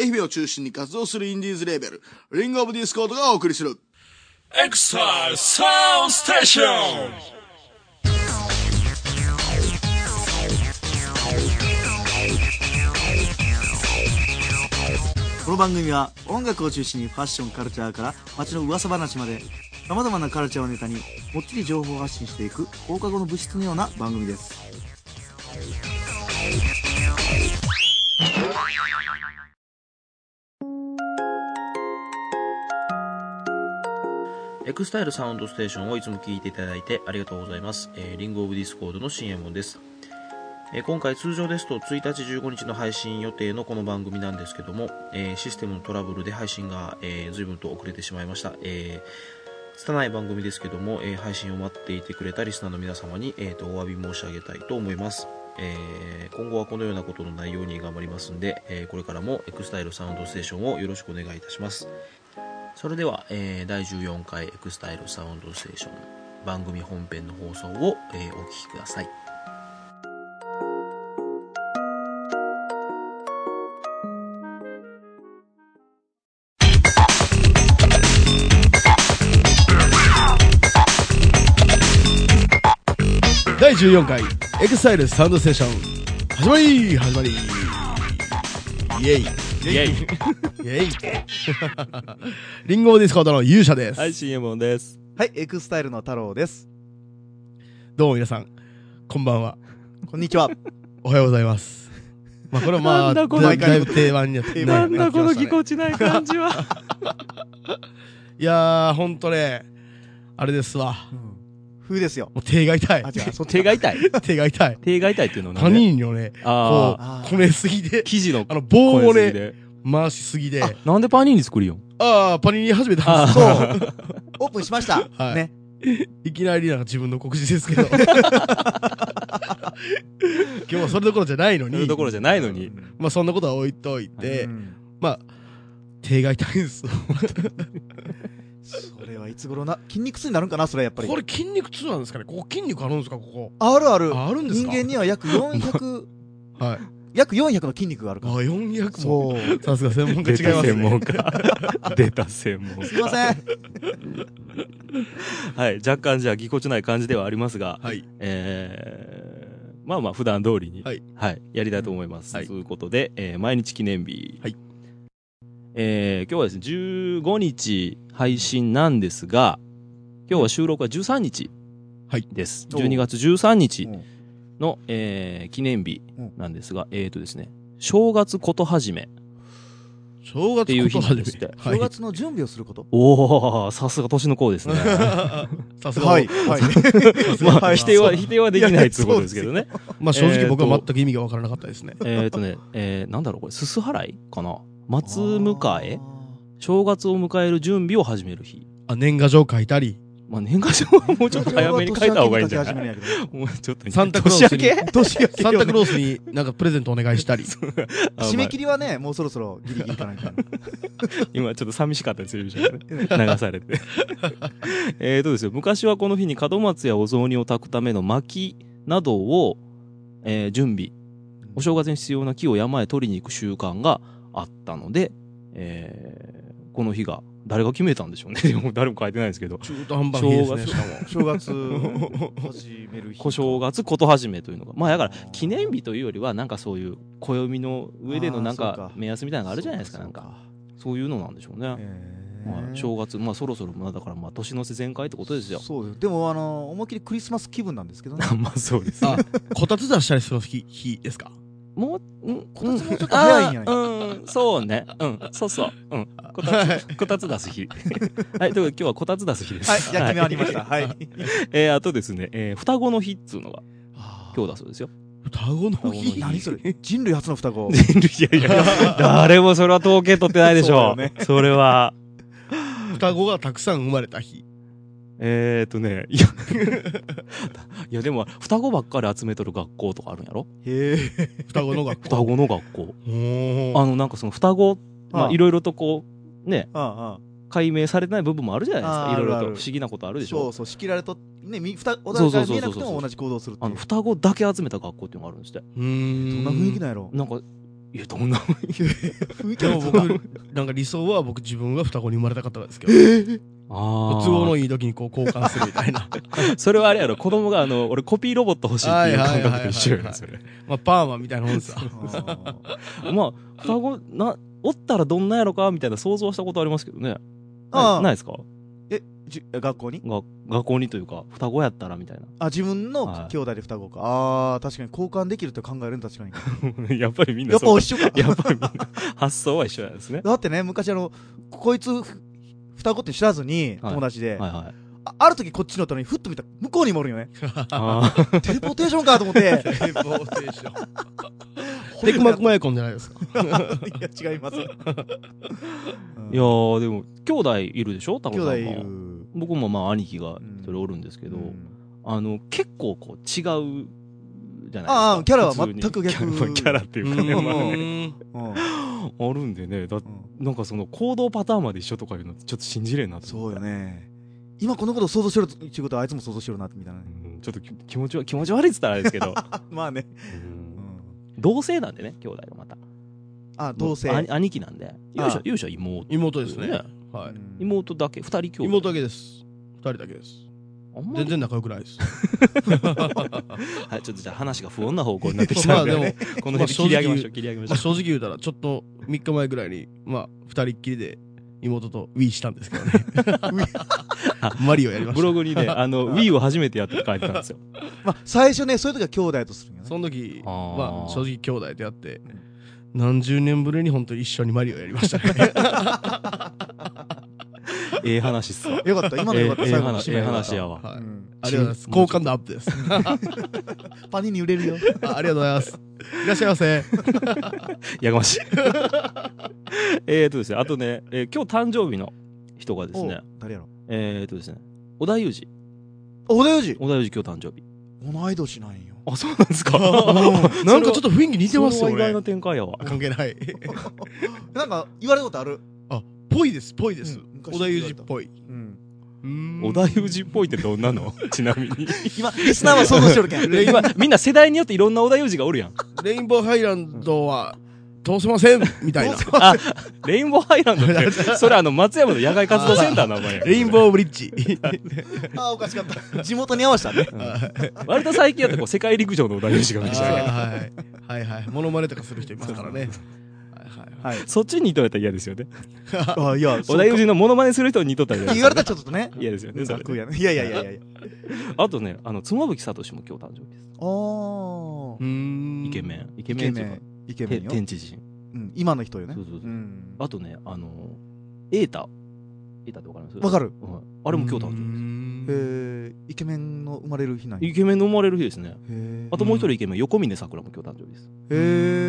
愛媛を中心に活動するインディーズレーベル、リングオブディスコードがお送りする。エクササウンステーションこの番組は音楽を中心にファッションカルチャーから街の噂話まで様々なカルチャーをネタにもっちり情報を発信していく放課後の物質のような番組ですエクスタイルサウンドステーションをいつも聞いていただいてありがとうございます。えーリングオブディスコードの新右衛門です、えー今回通常ですと1日15日の配信予定のこの番組なんですけども、えーシステムのトラブルで配信が、えー、随分と遅れてしまいました。えー拙い番組ですけども、えー配信を待っていてくれたリスナーの皆様に、えーとお詫び申し上げたいと思います。えー今後はこのようなことのないように頑張りますんで、えーこれからもエクスタイルサウンドステーションをよろしくお願いいたします。それでは、えー第14回エクスタイルサウンドステーション番組本編の放送を、えーお聞きください。第14回エクスタイルサウンドステーション始まり始まりイエイイェイイエイリンゴディスコードの勇者です、はい、新エモンです。はいエクスタイルの太郎ですどうも皆さんこんばんはこんにちはおはようございますまあこれはまあだこのだいぶ定番になって定番になってきましたね地ない感じはいやーほんとねあれですわ風ですよもう手が痛いあ違 うそっち手が痛い手が痛い手が痛いっていうのは他何人をねこああ、あーうこねすぎで生地のあの棒を声ねで。回しすぎであ、なんでパニーニ作るよああ、パニーニ始めたんですそようオープンしました、はいねいきなりなんか自分の告示ですけ ど。今日はそれどころじゃないのそういにう。ところじゃないのに。まあそんなことは置いといて、うんまあ、手が痛いんですよ。それはいつ頃な筋肉痛になるんかなそれやっぱりこれ筋肉痛なんですかねここ筋肉あるんですかこあるあるこ。あるんです人か間には約400はい。 約400の筋肉があるあ、から400そも。うさすが専門家違出いまたす専門ね。家。出た専門すいません家。はい、若干じゃあぎこちない感じではありますが、はい。えーまあまあ普段通りに、ははいい、やりたいと思います。はいということで、えー毎日記念日。はいえー今日はですね、15日配信なんですが、今日は収録は13日はいです。おう12月13日うんの、えー記念日なんですが、えーとですね、正月こと始め。正月こと初めっていう日には正い。月の準備をすることおおさすが年の功ですね。さすが。はい。はい まはあ、い否定は、否定はできないということですけどね。まあ正直僕は全く意味がわからなかったですね。えっとね、えーなんだろう、これ、すす払いかな松迎え正月を迎える準備を始める日。あ、年賀状書いたり、まあ、年賀状はもうちょっと早めに書いた方がいいんじゃないいもうちょっとサンタクロースに年明け年明けサンタクロースになんかプレゼントお願いしたり。あ締め切りはねもうそろそろギリギリかなんかまあ今ちょっと寂しかったですよ、ゆうちゃんね流され て。えっとですよ、昔はこの日に門松やお雑煮を炊くための薪などを、えー準備。お正月に必要な木を山へ取りに行く習慣があったので、えーこの日が、誰が決めたんでしょうね。 でも誰も書いてないですけど。中途半端な日ですね。しかも正月始める日小正月こと始めというのが。まあだから、記念日というよりは、なんかそういう、暦の上でのなんあーそうかか、目安みたいなのがあるじゃないですか、なんか。そういうのなんでしょうね。まあ、正月、まあそろそろ、まあだから、まあ年の瀬全開ってことですよ。そうですでもあの思いっきりクリスマス気分なんですけどねま あそうです。あ、こたつ出したりする日日ですかもう、んこたつもちょっと早いんじゃないあーうん、そうね。うん、そうそう。うん。こたつ、こたつ出す日。 はい、ということで今日はこたつ出す日です。はいやってみありました はいえー、あとですね、えー双子の日っつうのが今日だそうですよ。双子の日日何それ人類初の 双子いやいや、 誰もそれは統計取ってないでしょそうだよう。それは。双子がたくさん生まれた日。えーとね、いや、いやでも、双子ばっかり集めとる学校とかあるんやろへえ双子の学双校。子の学校。おーあの、なんかその双子、まあああいろいろとこう、ね、ああ解明されてない部分もあるじゃないですあか。あいろいろあとる不ある思議なことあるでしそょう。そう仕切られとねみふたおそう互そうそうそうい見えなくても同じ行動をするっていあの、う双子だけ集めた学校っていうのがあるんですって。うどんーんな雰囲気なんやろなんか、いや、どんなもん でも僕なんか理想は僕自分が双子に生まれたかったですけどあー都合のいい時にこう交換するみたいなそれはあれやろ、子供があの、俺コピーロボット欲しいっていう感覚と一緒やはろ、いはいはいはいそれ。まあパーマみたいなもんさ まあ、双子、な、おったらどんなやろか、みたいな想像はしたことありますけどね。あなあいないですかえじゅ学校にが学校にというか、双子やったらみたいあ自分はのい兄弟で双子かああ確かに交換できるって考える ん確かにな。やっぱりみん やなっぱそう。一緒かやっぱりみんな、発想は一緒なん ですね。だってね昔あのこいつふ双子って知らずにはい友達で、はいはい。あある時こっちにおったのにふっと見たら向こうにもおるんよねあーテレポーテーションかと思ってテレポーテーション テクマクマヤコンじゃないですかいや違います、うんいやー、でも、兄弟いるでしょタコ兄さんは弟いる、僕もまあ、兄貴がそれおるんですけど、うんあの、結構こう、違う、じゃないですか。ああキャラは普通に全くキ逆ャラキャラっていうかね、うんまあねうんあるんでね、だうんなんかその行動パターンまで一緒とかいうのちょっと信じれんなとそ思うっよた。ね今このことを想像しろっていうことはあいつも想像しろなってみたいなねうんちょっとき気持ちは気持ち悪いっつったらあれですけど、まあね、うんうん同性なんでね、兄弟がまた。あ同性もうあ兄貴なんで。勇者、勇者は妹。妹ですねねはい妹だけ、二人兄弟。妹だけです二人だけですあんまり全然仲良くないですはい、ちょっとじゃあ話が不穏な方向になってき またあんで、でもね、この辺で切り上げましょう、切り上げましまょあう。正直言うたらちょっと3日前ぐらいにまあ2人っきりで妹と Wii したんですけ どね マリオやりまブしログにね、あの、Wii を初めてやって書いてたんですよ。まあ最初ねそういう時は兄弟とするんよたねその時あーまあ正直兄弟であって何十年ぶりに本当に一緒にマリオやりま したねええ話っすわ。よかった今のよかったええ最後の話締めよかったええ話やわはいあうりんがとうございます好感度アップですパニに売れるよあありがとうございますいらっしゃいませやがましい。 えーとですね、あとね、えー今日誕生日の人がですおね、誰やろえーとですね、小田裕二。おだよじ小田裕二今日誕生日。同い年なんよあ、そうなんですかなんかちょっと雰囲気似てますよ意外ねな展開やわ。関係ないなんか言われたことあるあぽいですぽいですうん昔小田裕二っぽいうん小田裕二っぽいってどんなの ちなみに。今リスナーは想像しと るけんレイン今、みんな世代によっていろんな小田裕二がお るやん。レインボーハイランドは通せませんみたいなあ、レインボーハイランドっ て、それあの、松山の野外活動センターの名前や。レインー。ボーブリッジあーおかしかった 地元に合わせたね割と最近やったらこう、世界陸上の小田裕二が見あてたね。ーはいはいはいモノマネとかする人いますからねはいはいはいはいそっちに似とったら 嫌ですよね。あいや小田裕二のモノマネする人に似とったら嫌です言よわねれたらちょっとね嫌ですよね、それ楽やねいやいやいやいやいやあとね、あの、妻夫木聡も今日誕生日です。あーうーんイケメン。イケイメケンってメいうかンイケメてンよ天知人。うん今の人よねそうそうそううんあとね、あの、エータ。エータってわかりますわかるうんあれも今日誕生日でえ生日ーイケメンの生まれる日なんす。やイケメンの生まれる日ですね。へーあともう一人イケメン、横峰桜も今日誕生日です。へ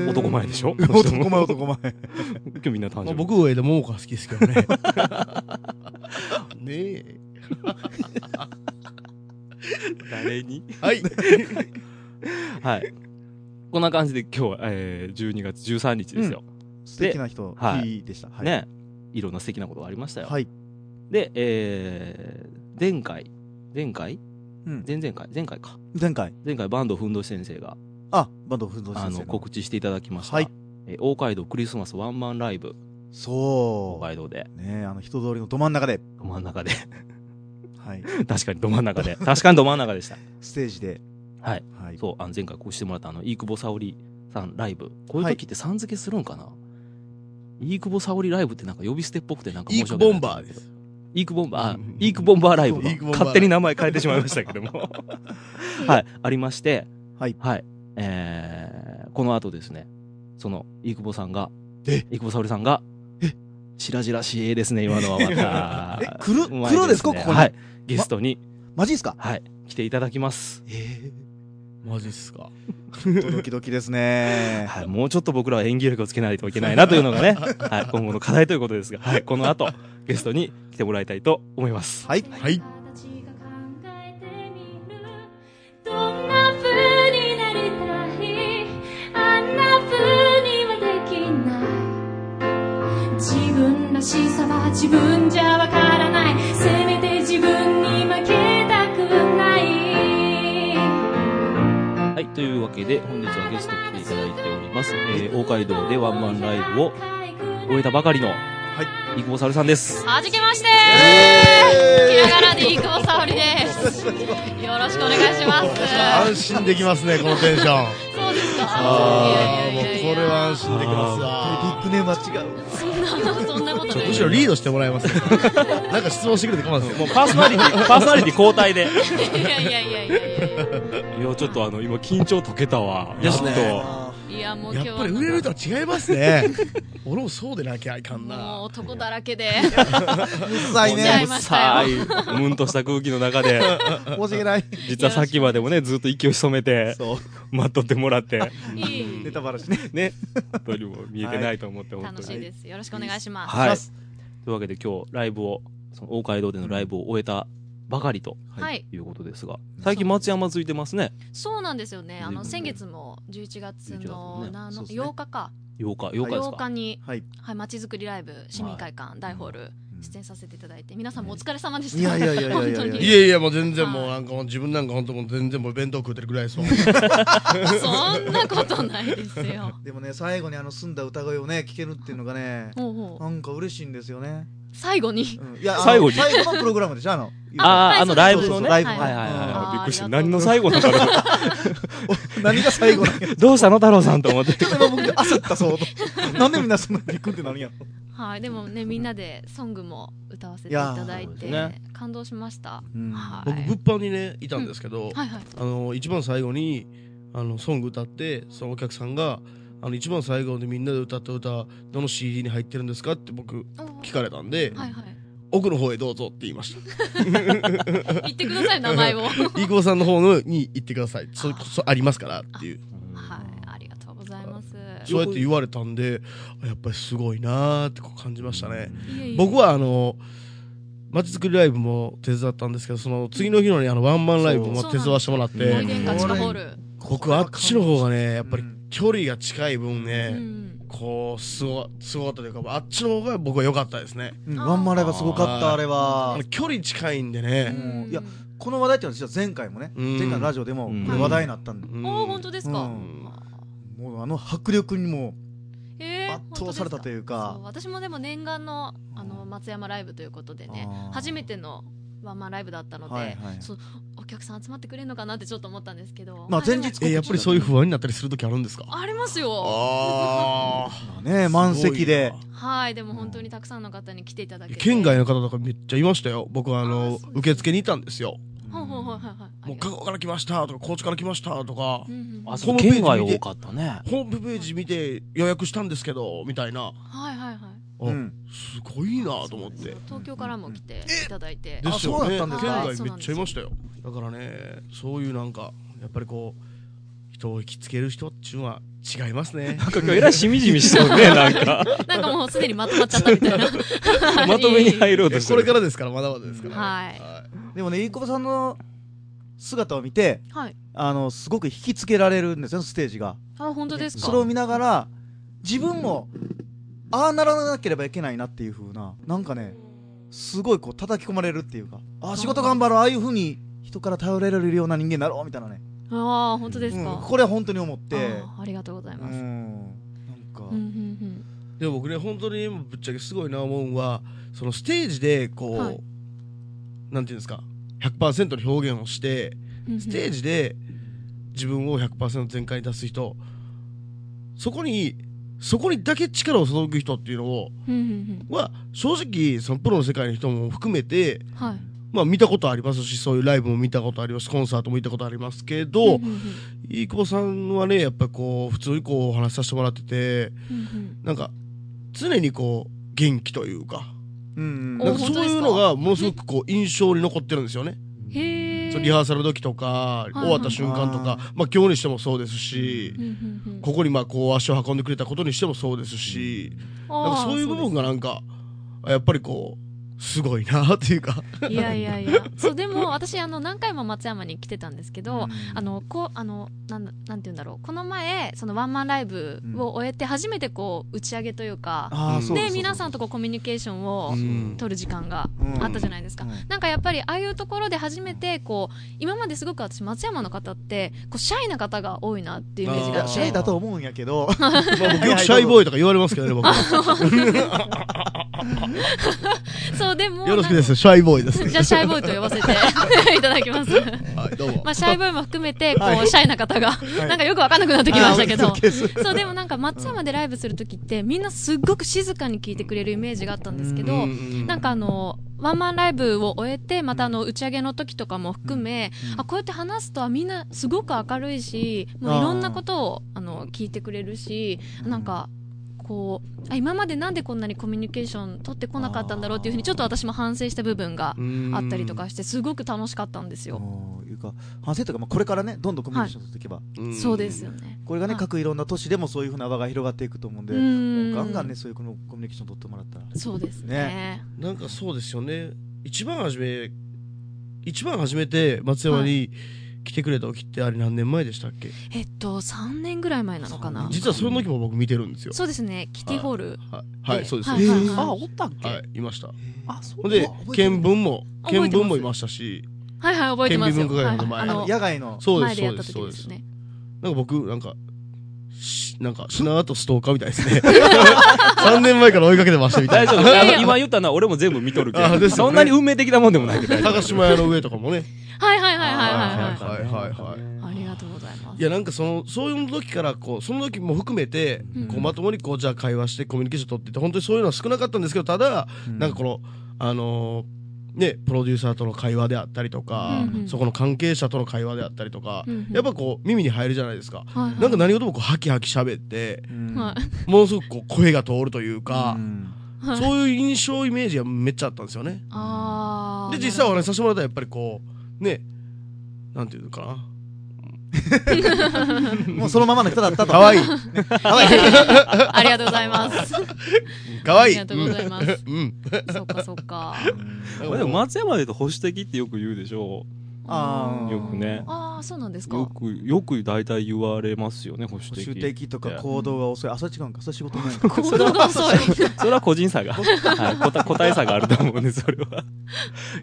ー男前でしょ 男前男前今日みんな誕ま生日。あ僕上田桃子が好きですけ どねねえ誰に はいはい。こんな感じで今日は、えー、12月13日ですよ。素敵な人はいいいでしたはいね。いろんな素敵なことがありましたよ。はいで、えー、前回、前回うん前々回前回か。前回前回、バンドふんどし先生が、あバンド奮闘あ先生の、告知していただきました。はいえー、大街道クリスマスワンマンライブ、大そ街道で、うねあの人通りのど真ん中でど真ん中で、 はい確かにど真ん中 で、確かにど真ん中でした。ステージではい。はいそう、あの前回こうしてもらったあの、飯久保沙織さんライブ。こういう時ってさん付けするんかな、飯久保沙織ライブってなんか呼び捨てっぽくてなんかイ申ーしク訳ないボンバーです。イークボンバー、あうんイークボンバーライブイークボンバーライブ勝手に名前変えてしまいましたけども。はい、ありまして、はいえー、この後ですね、その、飯久保さんが、え飯久保沙織さんが、しらじらしいですね、今のはまた。え来るうまい来るんですかここにはい、ゲストに、マジですかはい、来ていただきます。えマジっすか。えドキドキですねはい、もうちょっと僕らは演技力をつけないといけないなというのがね、はい、今後の課題ということですが、はい、この後、ゲストに来てもらいたいと思います。はいはい。どんな風になりたいあんな風にはできない自分らしさは自分じゃわからないせめて自分に負けたくないはい、とというわけで、本日はゲスト来ていただいております。えー、大街道でワンマンライブを終えたばかりの、はい。育保猿さんです。はじけましてひらがなで生保沙織ですよろしくお願いします安心できますね、このテンション。そうですかああ、いもうやいやいやいやこれは安心できますビわ。ッグネームは違う。そんなそんなことないむしろリードしてもらいます ね。なんか質問してくれて構わないですもよ。うパーソナリティ、パーソナリティ交代で。いやいやいやいやいいや、ちょっとあの、今緊張解けたわ。やっと。やいやもうや今っ日はぱり売れるとは違いますね。俺もそうでなきゃいかんもうな。男だらけでうざいちゃねい。ましたよさあ、ムンとした空気の中で、申し訳ない。実はさっきまでもね、ずっと息を潜めて、待っとってもらって、いいネタバラシね。ね、本当にもう見えてないと思って、本楽当しいに。ですよろしくお願いしますはい。というわけで今日、ライブを、その、大街道でのライブを終えたばかりとはいいうことですが、最近松山ついてますね。そうなんですよねあの随先分ね月も11月11月のねなのそうですね8日か8日、8日です8日か。にはい。はいまちづくりライブ市民会館大ホール出演させていただいて皆さんもお疲れ様でしたいやいやいやいやいやいや本当にいやいや、もう全然もうなんかもう自分なんか本当もう全然もう弁当食うてるぐらいですもん。そんなことないですよでもね、最後にあの澄んだ歌声をね、聞けるっていうのがね、ほうほうなんか嬉しいんですよね。最後にうんいや、あの最後に最後のプログラムでしょ、あの。ああ、あその、うですライブのそうそうね。そうライブのはいはいはいあはーい。びっくりしあた。りがと何うの最後なんだろう。何が最後なんや。どうしたの太郎さんと思って。ちょっと今僕焦ったそうと。なんでみんなそんなにびくってなるんやろ。はいでもねみんなでソングも歌わせていただいていやーそうで感動しましたうんはい僕物販にね、いたんですけど、はいはいあの一番最後にあのソング歌ってそのお客さんがあの一番最後でみんなで歌った歌どの CD に入ってるんですかって僕お聞ーかれたんで、はいはい奥の方へどうぞって言いました言ってください名前をはい飯窪さんの方のに行ってくださいそそありますからっていうありがとうございますそうやって言われたんであやっぱりすごいなーってこう感じましたねいえいえ僕はあのまちづくりライブも手伝ったんですけどその次の日のねあのワンマンライブも手伝わせてもらっ思いて出んか地下ホール僕あっちの方がねやっぱりうん距離が近い分ね、うんこうすごすごかったというかあっちの方が僕は良かったですねうんワンマンライブはすごかった、あーあれあはの。距離近いんでね、もういやこの話題っていうのは実は前回もね、うん前回のラジオでもうんこれ話題になったんで、うんおお本当ですか、うんもうあの迫力にもえー圧倒されたというか本当ですそう私もでも念願のあの松山ライブということでねあー初めてのワンマンライブだったので、はいはいそうお客さん集まってくれるのかなってちょっと思ったんですけど、まあで前も日えやっぱりそういう不安になったりする時あるんですかありますよあ ね満席ではいでも本当にたくさんの方に来ていただけて県外の方とかめっちゃいましたよ僕はああーそのうです受付にいたんですよほうほうほうほうほうもう香川から来ましたとか高知から来ましたとか、うんうんあ、はいそう、県外多かったね。ホームページ見て予約したんですけどみたいなはいはいあうんすごいなと思って東京からも来ていただいてですよねあそうだったんです県か外めっちゃいましたよだからねそういうなんかやっぱりこう人を引きつける人っていうのは違いますね なんか今日えらいしみじみしそう ね、なんか。なんかもうすでにまとまっちゃった みたいなまとめに入ろうとしてこれるか。らですからまだまだですから、はいでもね飯窪さんの姿を見てはいあのすごく引きつけられるんですよステージがあ本当ですかそれを見ながら自分もああならなければいけないなっていう風ななんかねすごいこう叩き込まれるっていうかああ仕事頑張ろうああいう風に人から頼れるような人間になろうみたいなね、ああ本当ですうか、んこれは本当に思ってあーありがとうございうます、んなんか、うんうんでも僕ね本当にぶっちゃけすごいな思うんはそのステージでこう、はいなんていうんですか100%の表現をしてうんうんステージで自分を100%全開に出す人そこにそこにだけ力を注ぐ人っていうのをうんうんは正直そのプロの世界の人も含めて、うんはいまあ、見たことありますしそういうライブも見たことありますしコンサートも行ったことありますけど、うんうんうん飯窪さんはねやっぱりこう普通にこうお話しさせてもらっててうんなんか常にこう元気というかうんおなんか本当そうですかいうのがものすごくこう印象に残ってるんですよね。うんへえそのリハーサルの時とかいはい終わった瞬間とか、まあ、今日にしてもそうですし、ここにまあこう足を運んでくれたことにしてもそうですし、なんかそういう部分がなんかやっぱりこうすごいなっていうかいやいやい やそうでも私あの何回も松山に来てたんですけど、あのこうあのなんだなんて言うんだろうこの前そのワンマンライブを終えて初めてこう打ち上げというか、あーそうそうそうそうで皆さんとこうコミュニケーションをうん取る時間がうんうんあったじゃないですか、うんなんかやっぱりああいうところで初めてこう今まですごく私松山の方ってこうシャイな方が多いなっていうイメージいがあやっシャイてだと思うんやけど まあ僕よくシャイボーイとか言われますけどね、僕。よそうでもろしくです。シャイボ ーイです。じゃあシャイボーイと呼ばせていただきますはい、どうもま。あ、シャイボーイも含めて、こはう、いシャイな方が、なんかよくわかんなくなってきましたけあどー。そうですそう、でもなんか松山でライブするときって、みんなすっごく静かに聞いてくれるイメージがあったんですけど、なんかあの、ワンマンライブを終えて、またあの、打ち上げの時とかも含め、あ、こうやって話すと、みんなすごく明るいし、もういろんなことを、あの、聞いてくれるし、なんか、こう、あ、今までなんでこんなにコミュニケーション取ってこなかったんだろうっていうふうに、ちょっと私も反省した部分があったりとかして、すごく楽しかったんですよ。うんいうか反省というか、まあ、これからねどんどんコミュニケーション取っていけば、んそうですよね。これがねはい各いろんな都市でもそういうふうな輪が広がっていくと思うんで、うんガンガンねそういうこのコミュニケーション取ってもらったらそうですねね。なんかそうですよね一番初め一番初めて松山に来てくれた時ってあれ何年前でしたっけ、えっと三年ぐらい前なのかな。実はその時も僕見てるんですよそうですね。キティホール。はい、はい、そうです、はいはいあ、はおったっけ、はいいましたあ、そほんうでか見聞も覚えてま見す聞もいましたしいはい覚えてます県よ。民文化は会いの前あ野の外のそうで前すでそやうでったす時そうでですすね。なんか僕なんかしなんかしなーとストーカーみたいです ね3年前から追いかけてましたみたい大な丈夫。あの 今言ったのは俺も全部見とるけあど、ですよそねんなに運命的なもんでもないけど。高島屋の上とかもねはいはいはいはいはいははいはいはいい。ありがとうございまいす。やなんかそのそういう時からこうその時も含めて、うんこうまともにこうじゃあ会話してコミュニケーション取ってて本当にそういうのは少なかったんですけどただ、なんかこのあのーねプロデューサーとの会話であったりとか、うんうんそこの関係者との会話であったりとか、うんうんやっぱこう耳に入るじゃないですか。はいはいなんか何事もこうハキハキ喋ってうんはものすごくこう声が通るというかう、んいはい。そういう印象イメージがめっちゃあったんですよね。 ああ。で実際お話しさせてもらったらやっぱりこうねなんていうのか なもうそのままの人だったと可愛い ありがとうございます。可愛いありがとうございます。うんうんそっかそっか。まあでも松山で言うと保守的ってよく言うでしょあーよくねああそうなんですう。よか。く、よく大体言われますよね、保守保的。守的とかいや行動が遅いあそれ違うんかそれ仕事 ないんか行動が遅い。それは個人差 が、はい、個体個体差があると思うんで、それは。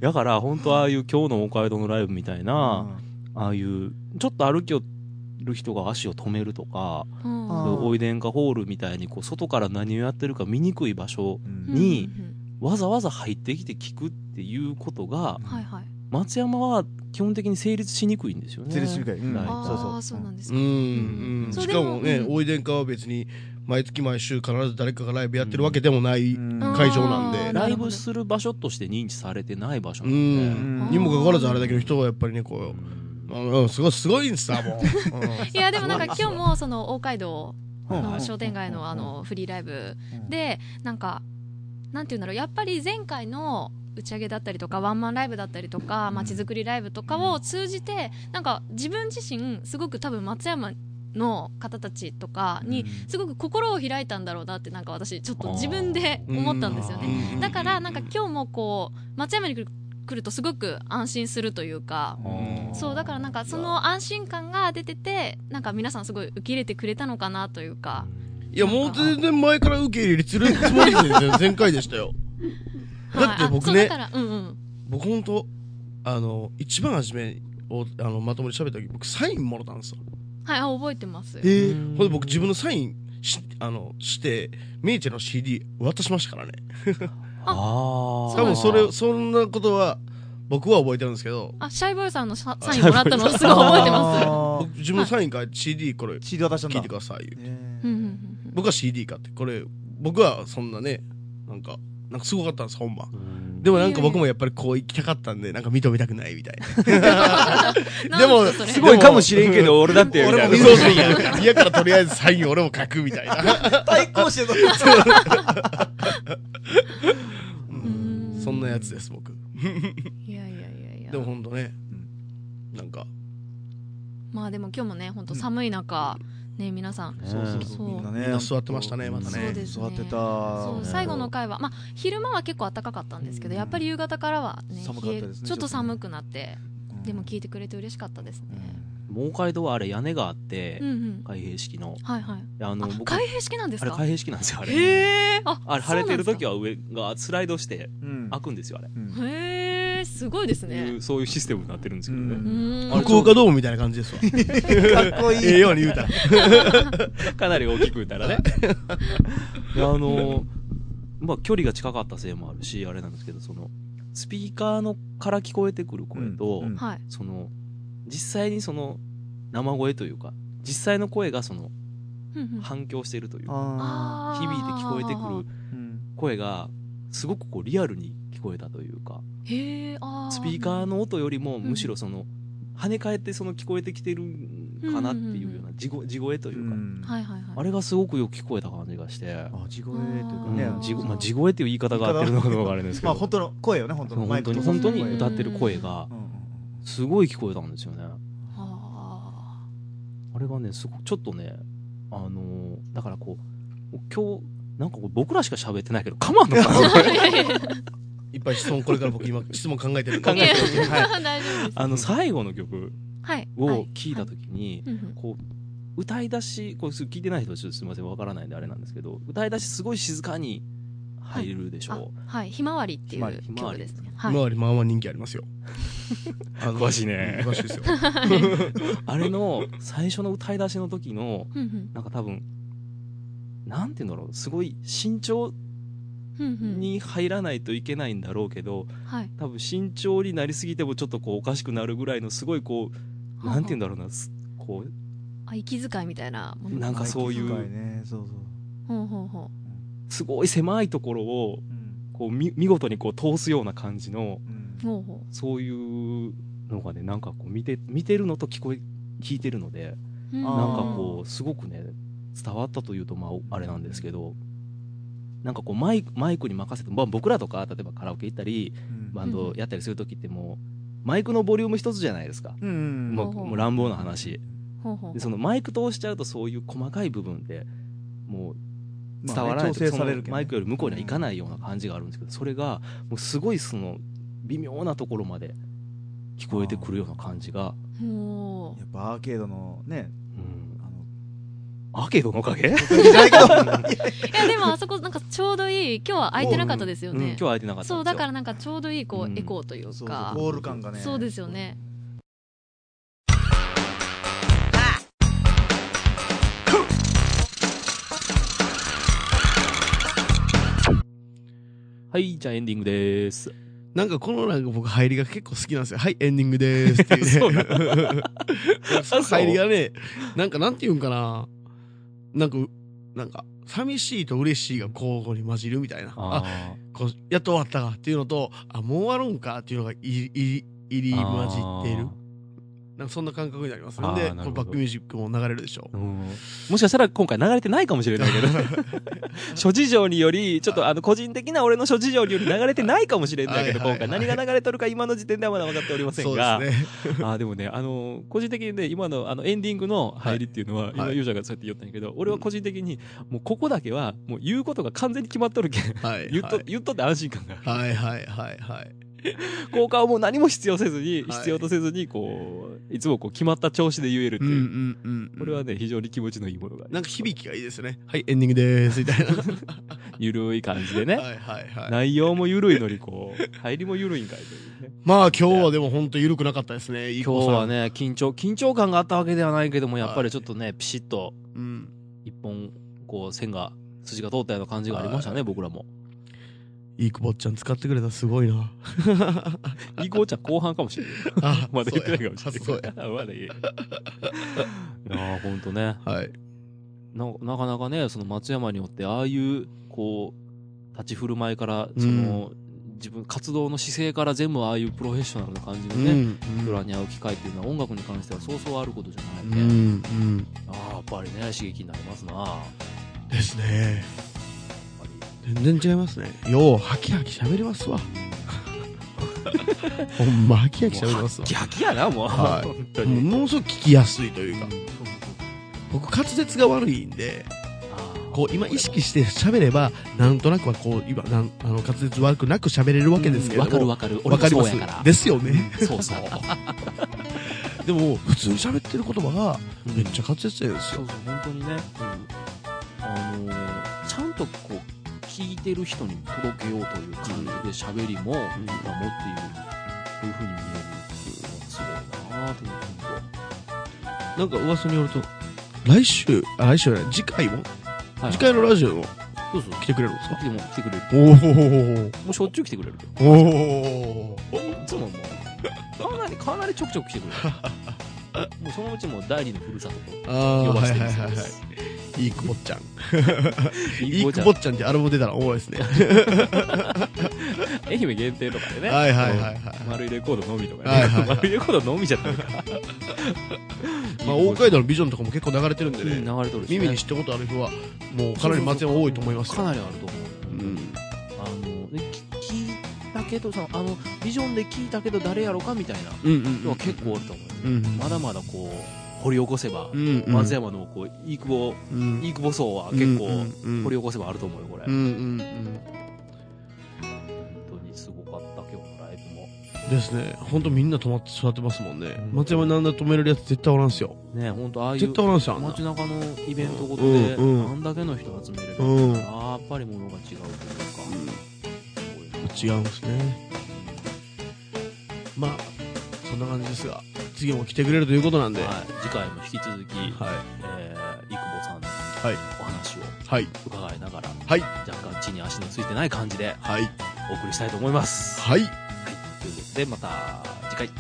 だから、本当ああいう今日のお街道のライブみたいな、ああいう、ちょっと歩きを、る人が足を止めるとか、うんあーおいでんかホールみたいにこう外から何をやってるか見にくい場所ううんんにうんうんわざわざ入ってきて聞くっていうことがはいはい。松山は基本的に成立しにくいんですよね。成立しにくいうんライブあーそうあそあうそうなんですうか。んうん、そしれでかももね、うんおいでんかは別に毎月毎週必ず誰かがライブやってるわけでもない、ううんん会場なんであーライブする場所として認知されてない場所なうんで。んにもかかわらずあれだけの人はやっぱりねこう、うんうん、すごいすごいんですわもう、うんいやでもなんか今日もその大街道うんの商店街のあのフリーライブでなんかなんていうんだろうやっぱり前回の打ち上げだったりとかワンマンライブだったりとかまちづくりライブとかを通じてなんか自分自身すごく多分松山の方たちとかにすごく心を開いたんだろうなってなんか私ちょっと自分で思ったんですよね。うんだからなんか今日もこう松山に来る来るとすごく安心するというかそうだからなんかその安心感が出ててなんか皆さんすごい受け入れてくれたのかなというかいやもう全然前から受け入れするつもりですよ全回でしたよだって僕はいねあそうだからうんうん僕ほんとあの一番初めをあのまともに喋った時僕サインもらったんですよはいあ覚えてますえーほんで僕自分のサインしあのしてメイチェの CD 渡しましたからねあー多分それそんなことは僕は覚えてるんですけどあシャイボーイさんのササインもらったのすごい覚え てますあ僕自分のサイン書いて CD これー CD 渡したん聞だいてください言うえーうんうんうん僕は CD 買ってこれ僕はそんなねなんかなんかすごかったんです本番でもなんか僕もやっぱりこう行きたかったんでなんか認めたくないみたいなでもなんだそれすごいかもしれんけど、俺だって、みた俺いもな そうそうそう嫌からとりあえずサイン俺も書くみたいな対抗してるう んそんなやつです僕いやいやいやいやでもほんとねなんかまあでも今日もね本当寒い中ね皆さん そうそうそそううみんなみんなね座ってましたねまたそうねですね座ってたそう最後の回は、まあ、昼間は結構暖かかったんですけど、うんやっぱり夕方からはね寒かったですね冷えちょっと寒くなって、うんでも聞いてくれて嬉しかったですね。うんもう街道はあれ屋根があって、うんうん開閉式のはいはいであのあ僕あ開閉式なんですれか開閉式なんですよあれへえああれ晴れてる時はは上がスライドしてうん開くんですよあれ、へえすごいですねいうそういうシステムになってるんですけどね、ううーんあれ福岡ドームみたいな感じですわかっこいい ええように言うたらかなり大きく打ったらねいやあのまあ距離が近かったせいもあるしあれなんですけどそのスピーカーのから聞こえてくる声と、うんうんはいその実際にその生声というか実際の声がそのうんうん反響しているというかああー響いて聞こえてくるーうん声がすごくこうリアルに聞こえたというかへえあスピーーカーの音よりもんむしろその跳ね返ってその聞こえてきてるんかなっていうような地声地声というか、んはいはいはいあれがすごくよく聞こえた感じがして。あ地声というかねねうん地まあ、地声っていう言い方が合ってるのかどうかあれですけまど、あ本当の声よね本当そのうマイ本ク当とにかの本当声に歌ってる声がうんうんうんすごい聞こえたんですよね。ああれがねすごちょっとねあのーだからこう今日なんかこう僕らしか喋ってないけど構わんのかなこれいっぱい質問これから僕今質問考えてる考えてるー 大丈夫ですあの最後の曲はいはをい聞いた時に、うんうんこう歌い出しこれ聞いてない人はちょっとすみませんわからないんであれなんですけど歌い出しすごい静かに入るでしょう、あはいひまわりっていひまわりう曲ですねはい周りまあまあ人気ありますよあの詳しいね詳しいですよあれの最初の歌い出しの時のうんうんなんか多分なんていうんだろうすごい慎重うんうんに入らないといけないんだろうけど、はい多分慎重になりすぎてもちょっとこうおかしくなるぐらいのすごいこうなんていうんだろうなすこうあ息遣いみたいなものなんかそういうマイク使ねそうそうほうほうほすごい狭いところをうんこうみ見事にこう通すような感じのうんうほうほそういうのがねなんかこう見て見てるのと聞こえ聞いてるのでうあーなんかこうすごくね伝わったというとまああれなんですけどなんかこうマイマイクに任せて、まあ、僕らとか例えばカラオケ行ったりうんバンドやったりする時ってもうマイクのボリューム一つじゃないですか、うんうんもうほうほうもう乱暴な話ほうほうでそのマイク通しちゃうとそういう細かい部分でもう伝わらまなあいねと調整されるそのけどマイクより向こうにはいかないような感じがあるんですけどそれがもうすごいその微妙なところまで聞こえてくるような感じが、ほうやっぱアーケードのねうん、あ のアーケードのおかげじゃないけどいやでもあそこなんかちょうどいい今日は空いてなかったですようん今ね日は空いてなかったんですよそうだからなんかちょうどいいこううんエコーというそうかそうゴール感がねそうですよねはいじゃあエンディングですなんかこのなんか僕入りが結構好きなんですよ。はい、エンディングでーすっていうね。 そうな その入りがね、なんかなんていうんかな。なんか、なんか、寂しいと嬉しいが交互に混じるみたいな。ああこうやっと終わったかっていうのと、あ、もう終わるんかっていうのが入り、入り、入り混じっている。なんかそんな感覚になります。あーんで、なこるうほどバックミュージックも流れるでしょう。んもしかしたら今回流れてないかもしれないけ ど諸事情によりちょっとあの個人的な俺の諸事情により流れてないかもしれないけどはいは今い回何が流れとるか今の時点ではまだ分かっておりませんそうがですね。 あーでもねあの個人的にね今のあのエンディングの入りっていうのは今はいユージャーがそうやって言ったんやけど俺は個人的にもうここだけはもう言うことが完全に決まっとるけんはい。言っとはい言っとって安心感があるはいはいはいはい。効果はもう何も必要せずにはい必要とせずにこういつもこう決まった調子で言えるってうんういうんうんうん。これはね非常に気持ちのいいものがありなまんかす響きがいいですね。はい、エンディングでーすみたいな。ゆるい感じでねはいはいはい。内容も緩いのにこう入りも緩いんかいという ねまあ今日はでも本当緩くなかったですね。今日は、ね緊張緊張感があったわけではないけどもやっぱりちょっとね、ピシッとうん、一本こう線が筋が通ったような感じがありましたね僕らもいいくぼっちゃん使ってくれたすごいな。 いいこうちゃん後半かもしれないあまだ言ってないかもしれないそうや。 まだいいいやーほんとねあそうやはい。ななかなかねその松山によってああいうこう立ち振る舞いからその、自分活動の姿勢から全部ああいうプロフェッショナルな感じのうね、ん。プロに会う機会っていうのは音楽に関してはそうそうあることじゃないうんん。で、うん。あーやっぱりね刺激になりますなやっですね。ぱり全然違いますね。よう、ハキハキ喋りますわ。ほんま、ハキハキ喋りますわ。逆やなもう、はい本当もうにものすごく聞きやすいというか。僕、滑舌が悪いんで、こう、今意識しして喋れば、なんとなくはこう、今、なんあの滑舌悪くなく喋れるわけですけれどわも。かるわかるわか俺りもまそうすやからですよね。そうそうでも普通に喋ってる言葉が めっちゃ滑舌ええんですそうよそう本当にね、あのーちゃんとこう聞いてる人に届けようという感じで喋りも、まあ、持っているというふうに見えるっていうのはすごいなというふうになんか噂によると来週あ来週じゃない次回も、はい次回のラジオもそうそう来てくれるんです来かても来てくれるおもうしょっちゅう来てくれるおおおいつももうかなりかなりちょくちょく来てくれるもうそのうちもう第二のふるさととああ呼ばはせいてはいるはそういではすいいいくぼっちゃんいいいい子ちくゃんぼっちゃんってアルバム出たらおもろいですね愛媛限定とかでね。はいはいはいはいうん丸いレコードのみとかね。はいはいはい丸いレコードのみじゃないか。まあ大街道のビジョンとかも結構流れてるんでうんね流れとるしね耳に知ったことある人はもうかなり松山多いと思いますよかなりあると思う、うんあのでき聞いたけどそのあのビジョンで聞いたけど誰やろかみたいなうんうんのは結構あると思う、うんまだまだこう掘り起こせば、うんうん松山のこう飯窪うん飯窪層は結構うんうんうん掘り起こせばあると思うよこれ、うんうんうん本当にすごかった今日のライブもですね本当みんな止まって座ってますもんね、松山にあんな止めれるやつ絶対おらんすよね本当ああいう絶対おらんすよあんな街中のイベントごとで、うんうんあんだけの人集めれば、うんやっぱりものが違うというか、すごいな違うんですねまあそんな感じですが次も来てくれるということなんでははい、次回も引き続き、いえー、生保さんのはいお話をはい伺いながら、はい若干地に足のついてない感じではいお送りしたいと思います。はいということで、また次回。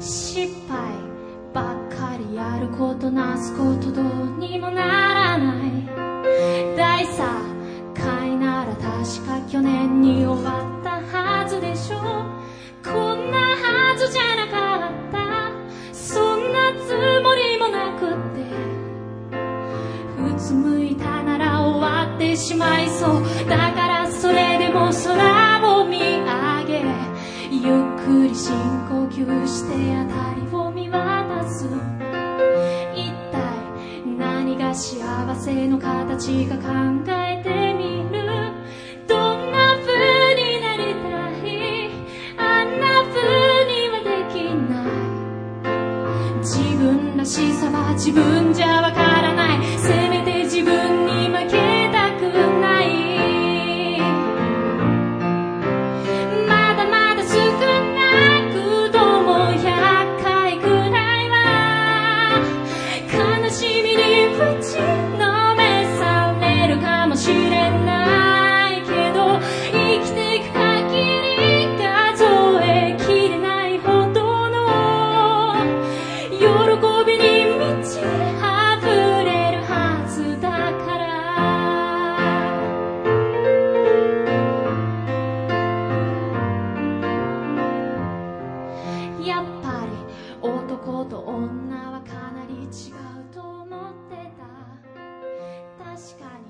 失敗ばっかりやることなすことどうにもならない大さ買いなら確か去年に終わったはずでしょこんなはずじゃなかったそんなつもりもなくってうつむいたなら終わってしまいそうだからそれでも空を見上げゆっくり深呼吸して辺りを見渡す一体何が幸せの形か考えてみるどんな風になりたいあんな風にはできない自分らしさは自分じゃわからないせめて自分に負けたくないまだまだ少なくとも100回ぐらいは悲しみに打ちのめされるかもしれないけど生きていく限り数えきれないほどの喜びに満ち溢れるはずだからやっぱり男と女はかなり違うと思ってた確かに